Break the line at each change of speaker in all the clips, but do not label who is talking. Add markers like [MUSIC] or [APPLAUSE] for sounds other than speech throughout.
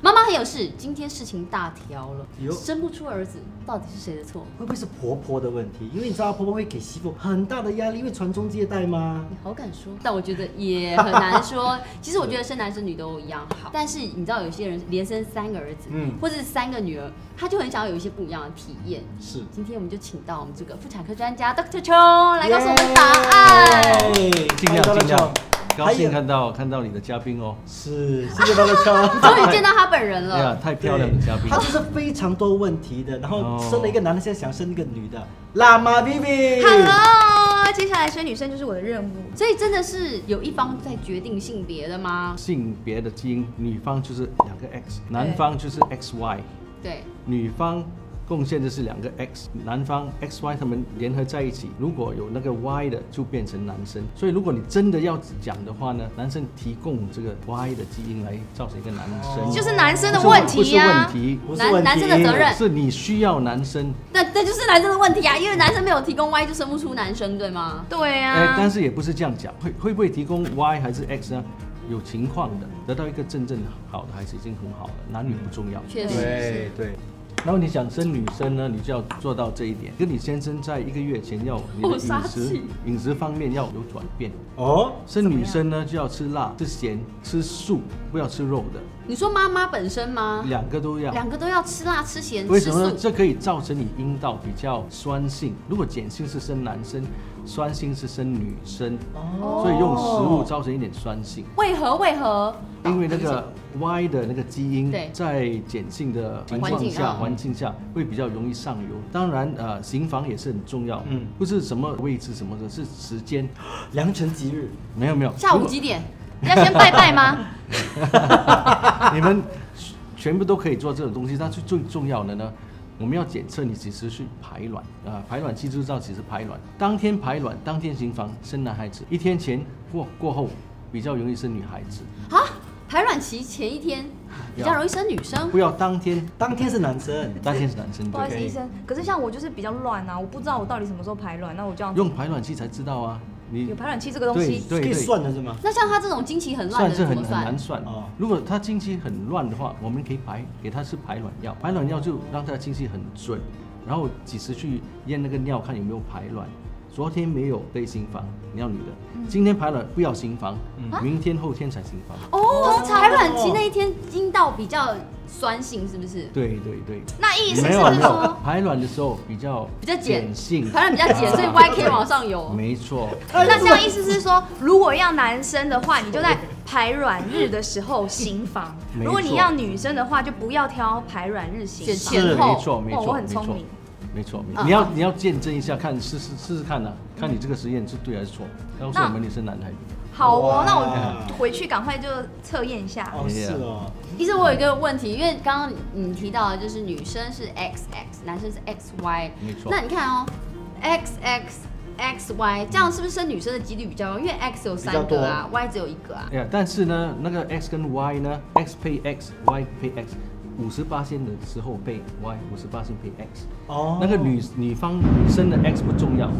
妈妈很有事，今天事情大条了
哟，
生不出儿子，到底是谁的错？
会不会是婆婆的问题？因为你知道婆婆会给媳妇很大的压力，因为传宗接代嘛。
你好敢
[LAUGHS]
说，但我觉得也很难说。其实我觉得生男生女都一样好，但是你知道有些人连生三个儿子，
嗯
或者是三个女儿，他就很想要有一些不一样的体验。
是，
今天我们就请到我们这个妇产科专家 Dr. 邱来告诉我们答案。
耶
哎尽量尽量，高
欢迎 Donald Trump 还
兴。
有
看到看到你的嘉宾哦，
是，谢谢大家。
[LAUGHS] 终于见到他本人
哎呀，
[LAUGHS]
了，
太漂亮的嘉宾
她
了
就，是非常多问题的，然后
哦
生了一个男的，现在想生一个女的，辣妈 Vivi。
Hello，接下来生女生就是我的任务。
啊所以真的是有一方在决定性别的吗？
性别的基因，女方就是两个 X，男
对
方就是 XY，
对，
女方。贡献的是两个 X，男方 XY 他们联合在一起，如果有那个 Y 的就变成男生。所以如果你真的要讲的话呢，男生提供这个 Y 的基因来造成一个男生，
就是男生的
不是
问题呀、
不是问题，
不是问
男
题
哦男生的责任，
是你需要男生
那那就是男生的问题啊，因为男生没有提供 Y 就生不出男生，对吗？
对啊呀、
哎、
啊
但是也不是这样讲，会会不会提供 Y 还是 X 呢？有情况的，得到一个真正好的孩子已经很好了，男女不重要。
确实
对对。然后你想生女生呢，你就要做到这一点，跟你先生在一个月前要你的
好杀
饮食
气
饮食方面要有转变。
哦，
生女生呢就要吃辣、吃咸、吃素，不要吃肉的，
你说妈妈本身吗？
两个都要。
啊两个都要吃辣、吃咸、
为
吃
什么呢？
素，
这可以造成你阴道比较酸性。如果碱性是生男生，酸性是生女生，
哦
所以用食物造成一点酸性。
为何为何？
因为那个 Y 的那个基因
对
在碱性的情
环
况
境
下、
嗯
环境下会比较容易上游。当然，呃，行房也是很重要，
嗯
嗯，不是什么位置什么的，是时间。
良辰吉日，
没有没有，
下
如
午
果
几点？
要先拜拜吗？
[LAUGHS] 你们全部都可以做这种东西，但是最重要的呢，我们要检测你几时去排卵啊、排卵期就知道几时排卵，当天排卵，当天行房生男孩子，一天前过过后比较容易生女孩子，
啊，排卵期前一天比较容易生女生
不要当天，
当天是男生，
当天是男生
不
对
好意思，医生。可是像我就是比较乱啊，我不知道我到底什么时候排卵，那我就要
用排卵器才知道啊，你
有排卵期这个东西。
对
可以
对
算的是吗？
那像他这种经期很乱
算
的
是
人
很
怎么
很
算
难？算
哦。
如果他经期很乱的话，我们可以排给他吃排卵药，排卵药就让他经期很准，然后几时去验那个尿看有没有排卵。昨天没有对心房，你要女的，
嗯
今天排卵不要心房，明天后天才心房。
哦，
哦
排卵期那一天阴道比较酸性，是不是？
对对对，
那意思
没
是
有没啊有
说，，
排卵的时候比较
哦比较碱
性，
排卵比较碱，
[LAUGHS]
所以 Y 可以往上游。
没错。
那这样意思是说，如果要男生的话，你就在排卵日的时候行房；
没错
如果你要女生的话，就不要挑排卵日行
选前
房。
后
没错，没
哦我
错，
很
没错
聪明
没错，没
嗯
错。你要你要见证一下，看试试试试看呐、看你这个实验是对还是错，告诉我们你是男孩子。
好哦
哇，
那
啊
我回去赶快就测验一
哎
下。
哦，是哦，
医生，我有一个问题，因为刚刚你提到的就是女生是 X X，男生是 X Y，
没错
那你看哦，X X X Y，这样是不是生女生的几率比较高？因为 X 有三个啊，Y 只有一个啊。
哎呀，但是呢，那个 x 跟 y 呢，x 配 x，y 配 x，五十八线的时候配 y，五十八线配 x。
哦，
那个女女方女生的 x 不重要，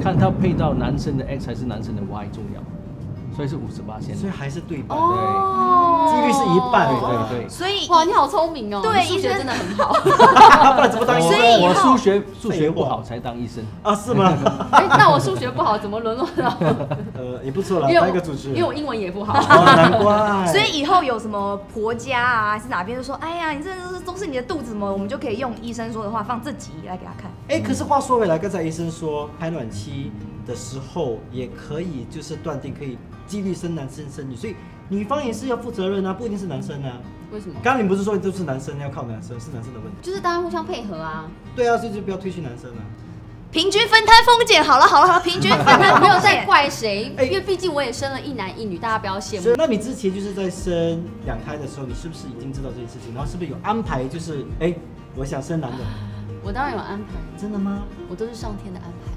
看她配到男生的 x 还是男生的 y 重要，所以是五十八线。
所以还是对半，
哦，
几率是一半，
对对对。
所以
哎哇，你好聪明哦！
对
你数学
医生
真的 [LAUGHS] 很好。
[LAUGHS] 不然怎么当医
我
生？
所以以
我
后
数学数学不好才当医生。
啊，是吗？
哎，那我数学不好，怎么沦落到？
[LAUGHS] 呃，也不错啦，
因为
当一
我
个主持
因
人，
为我英文也不好。
哦，难怪。
[LAUGHS] 所以以后有什么婆家啊，还是哪边就说，哎呀，你这是都是你的肚子么？我们就可以用医生说的话放这集来给他看。
哎、可是话说回来，刚才医生说排卵期的时候也可以，就是断定可以几率生男生生女，所以女方也是要负责任啊，不一定是男生啊。
[LAUGHS] 为什么？
刚刚你不是说都是男生要靠男生，是男生的问题。
就是大家互相配合 [LAUGHS] 啊，
对啊，所以就不要推去男生啊。
平均分摊风险，好了好了好了，平均分摊
没有
风
在
险。
怪谁，
哎
因为毕竟我也生了一男一女，大家不要羡
所
慕。
以那你之前就是在生两胎的时候，你是不是已经知道这件事情？然后是不是有安排？就是哎、我想生男的，
我当然有安排，
真的吗？
我都是上天的安排。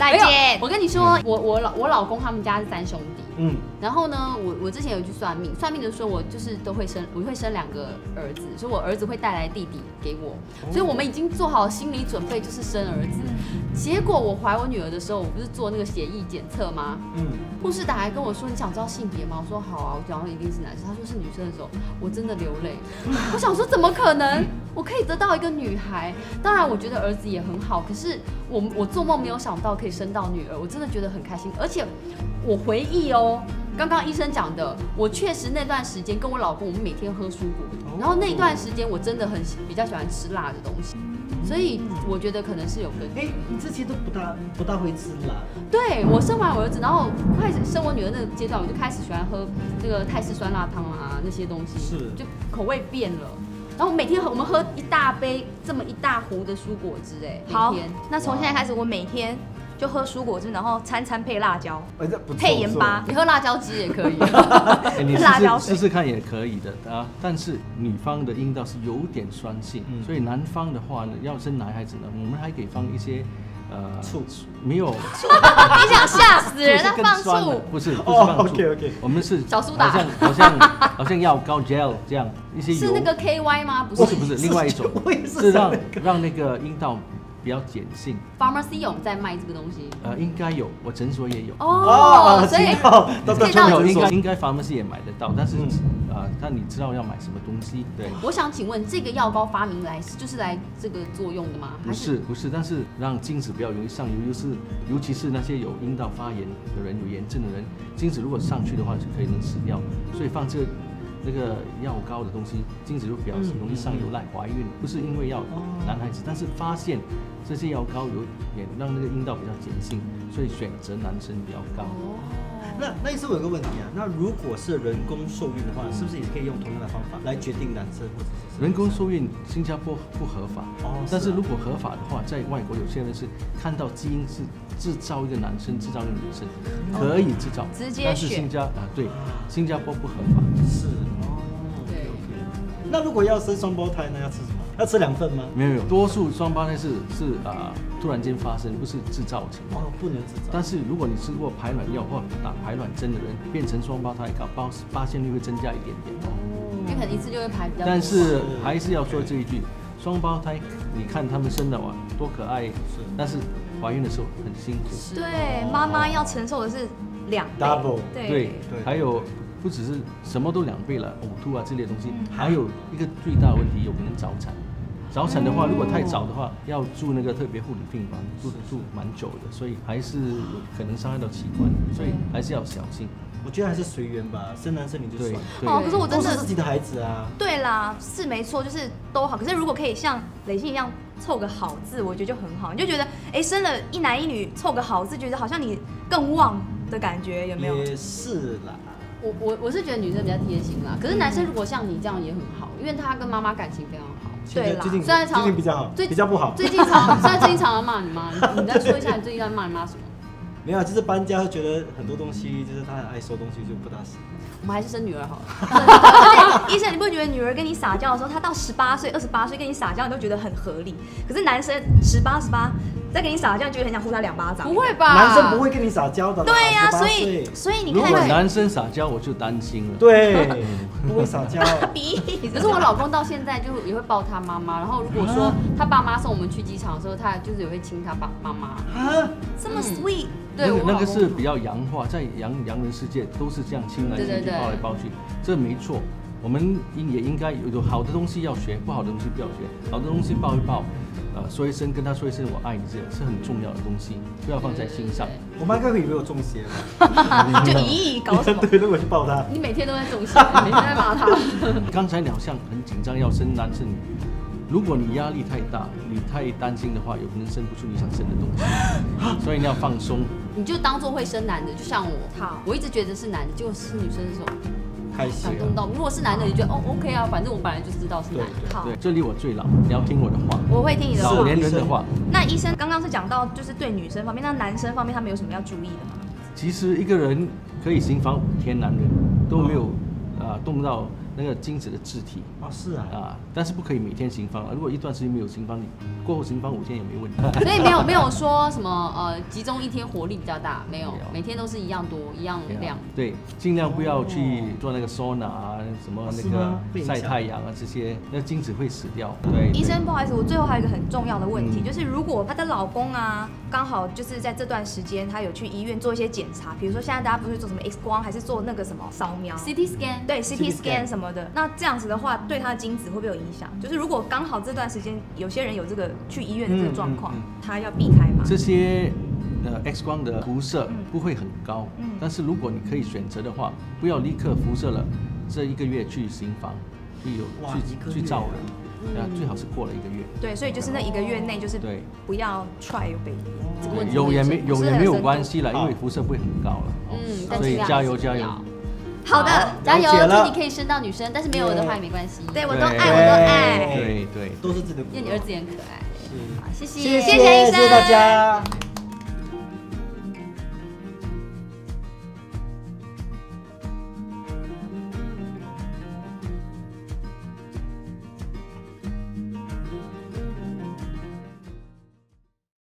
再
没
见
有。我跟你说，我我老我老公他们家是三兄弟，
嗯，
然后呢，我我之前有去算命，算命的说我就是都会生，我会生两个儿子，所以我儿子会带来弟弟给我，所以我们已经做好心理准备，就是生儿子。结果我怀我女儿的时候，我不是做那个血液检测吗？
嗯，
护士打来跟我说：“你想知道性别吗？”我说：“好啊。”我想说一定是男生。他说是女生的时候，我真的流泪。 [LAUGHS] 我想说怎么可能？我可以得到一个女孩。当然，我觉得儿子也很好，可是我我做梦没有想到可以生到女儿，我真的觉得很开心。而且我回忆哦，刚刚医生讲的，我确实那段时间跟我老公，我们每天喝蔬果，然后那段时间我真的很喜比较喜欢吃辣的东西，所以我觉得可能是有跟。
哎，你这些都不大不大会吃辣，
对我生完我儿子，然后快生我女儿那个阶段，我就开始喜欢喝那个泰式酸辣汤啊那些东西，
是
就口味变了。然后每天喝我们喝一大杯这么一大壶的蔬果汁，哎，每
好
天，
那从现在开始，我每天就喝蔬果汁，然后餐餐配辣椒，
哎，这不错
配盐巴。
你喝辣椒汁也可 [LAUGHS] 以。
哎你试
辣椒
试
水
试试看也可以的啊。但是女方的阴道是有点酸性，
嗯
所以男方的话呢，要生男孩子呢，我们还可以放一些呃
醋，
没有
你想吓死
醋是
人？那
更
放
酸的
醋，
不是不是
哦
放醋
OK，OK
我们是
小苏打
好像好像好像药膏 gel 这样一些
是
油，
那个 K Y 吗？不是
哎不是不是另外一种
我也，是
是让
想那
让那个阴道比较碱性，
，Pharmacy 有在卖这个东西
呃，应该有，我诊所也有。
哦，所以
到到
可以
没
到
有，
诊
应该
所，
应该 pharmacy 也买得到，但是
嗯
啊，但你知道要买什么东西？对，
我想请问，这个药膏发明来是就是来这个作用的吗？
不是不是，但是让精子不要容易上游，尤是尤其是那些有阴道发炎的人、有炎症的人，精子如果上去的话就可以能死掉，所以放这个那个药膏的东西，精子就比较
嗯
容易上游来怀孕，不是因为要
哦
男孩子，但是发现这些药膏有点让那个阴道比较碱性，所以选择男生比较高。
哦，
那那也是我有个问题啊，那如果是人工受孕的话，是不是也可以用同样的方法来决定男生或者是
人工受孕，新加坡不合法。
哦
但
是
是
啊
如果合法的话，在外国有些人是看到基因是制造一个男生，制造一个女生，可以制造，
直接
但是
选
新加哦啊，对，新加坡不合法，
是哦
对
OK，OK 那如果要生双胞胎呢，要吃什么？要吃两份吗？
没有没有，多数双胞胎是是啊、突然间发生，不是制造成。
哦，不能吃早
但是如果你吃过排卵药或打排卵针的人，变成双胞胎，搞不好发现率会增加一点点哦。
因为可能一次就会排比较多。
但是还是要说这一句，双胞胎，你看他们生的哇，多可爱，但是怀孕的时候很辛苦。
对，妈妈要承受的是两倍
Double
对
对，
对
还有不只是什么都两倍了，呕吐啊这类东西，
嗯
还有一个最大的问题，有可能早产。早产的
哦
话，如果太早的话，要住那个特别护理病房，住住蛮久的，所以还是有可能伤害到器官，所以还是要小心。
我觉得还是随缘吧，生男生女就
对
算了。
对，
哦，可是我真
都是
的
自己的孩子啊，
对啦，是没错，就是都好。可是如果可以像磊信一样凑个好字，我觉得就很好。你就觉得，哎，生了一男一女，凑个好字，觉得好像你更旺的感觉，有没有？
也是啦。
我我我是觉得女生比较贴心啦，可是男生如果像你这样也很好，因为他跟妈妈感情非常好。
[LAUGHS]
对啦
最近
虽然常
最近比较好，
最
比较不好。
最近常，虽然最近常常骂你妈，你你再说一下你最近在骂你妈什么？
没有，啊就是搬家觉得很多东西，就是他很爱收东西就不大行。
我们还是生女儿好了。
[LAUGHS] 而且医生，你不觉得女儿跟你撒娇的时候，她到十八岁、二十八岁跟你撒娇，你都觉得很合理。可是男生十八、十八再跟你撒娇，你就会很想呼他两巴掌。
[LAUGHS] 不会吧？
[LAUGHS] 男生不会跟你撒娇的啦。
对
18
呀、所
岁
以所以你
如
看
果，男生撒娇，我就担心了。，
[LAUGHS] 对，不会撒娇。 [LAUGHS]
比
可是我老公到现在就也会抱他妈妈，然后如果说他爸妈送我们去机场的时候，他就是也会亲他爸妈妈。
啊，
这么
嗯
sweet，、
对，
那
我
个那
老
个
公
是比较洋化，在洋洋人世界都是这样亲来亲
对
去、
对对
抱来抱去，这没错。我们应也应该有有好的东西要学，不好的东西不要学。好的东西抱一抱，呃，说一声跟他说一声我爱你，这个是很重要的东西，不要放在心上。
对对
我妈该不会以为我中邪了？
[LAUGHS]
啊就咦搞什
[LAUGHS]
么？
对，如果去抱他，
对你每天都在中邪，每天在骂他。
刚才你好像很紧张要生男生女，如果你压力太大，你太担心的话，有可能生不出你想生的东西，
[LAUGHS]
所以你要放松。
你就当做会生男的，就像我。
好
我一直觉得是男的，结果是女生的时候
开心
感动
啊。
到。如果是男的，你就觉得哦 OK 啊，反正我本来就知道是
对
男的。
对，
好
对，，这里我最老，你要听我的话。
我会听你的
老
话。
年人的话，
那医生刚刚是讲到，就是对女生方面，那男生方面他们有什么要注意的吗？
其实一个人可以行房五天，男人都没有啊、呃动到那个精子的质体
哦，是啊，
啊，但是不可以每天行方了。如果一段时间没有行方，你过后行方五天也没
[LAUGHS]
问题。
所以没有没有说什么呃，集中一天火力比较大，没有
没有，
每天都是一样多一样量。
对，尽量不要
哦
去做那个桑拿啊，什么
是
那
吗被
个
影响嗯
晒太阳啊这些，那精子会死掉。对，
医
对
生，不好意思，我最后还有一个很重要的问题，
嗯
就是如果她的老公啊，刚好就是在这段时间，他有去医院做一些检查，比如说现在大家不是做什么 X 光，还是做那个什么扫描
CT scan，
对 CT
scan
scan 什么的，那这样子的话，对她的精子会不会有影响？就是如果刚好这段时间有些人有这个去医院的这个状况
嗯嗯，
她要避开嘛？
这些呃 X 光的辐射
嗯
不会很高，
嗯
但是如果你可以选择的话，不要立刻辐射了，这一个月去行房，去有
哇一个
去去
月
照
啊
人，啊，最好是过了一个月。
对，所以就是那一个月内就是
对
不要 try 有 baby。
这个
对
问题
有也没有也没有关系啦，
好
因为辐射不会很高了，
嗯
哦
但
所以
尽量
加油
尽
加
量
油，
好的，
加油，
了解了
祝你可以生到女生，但是没有的话也没关系。
对
因
我都爱，
对
我都爱。
对对。
都是自己的。
为你儿子也很可爱。
是
好，谢谢，
谢
谢医
谢谢
生
大家。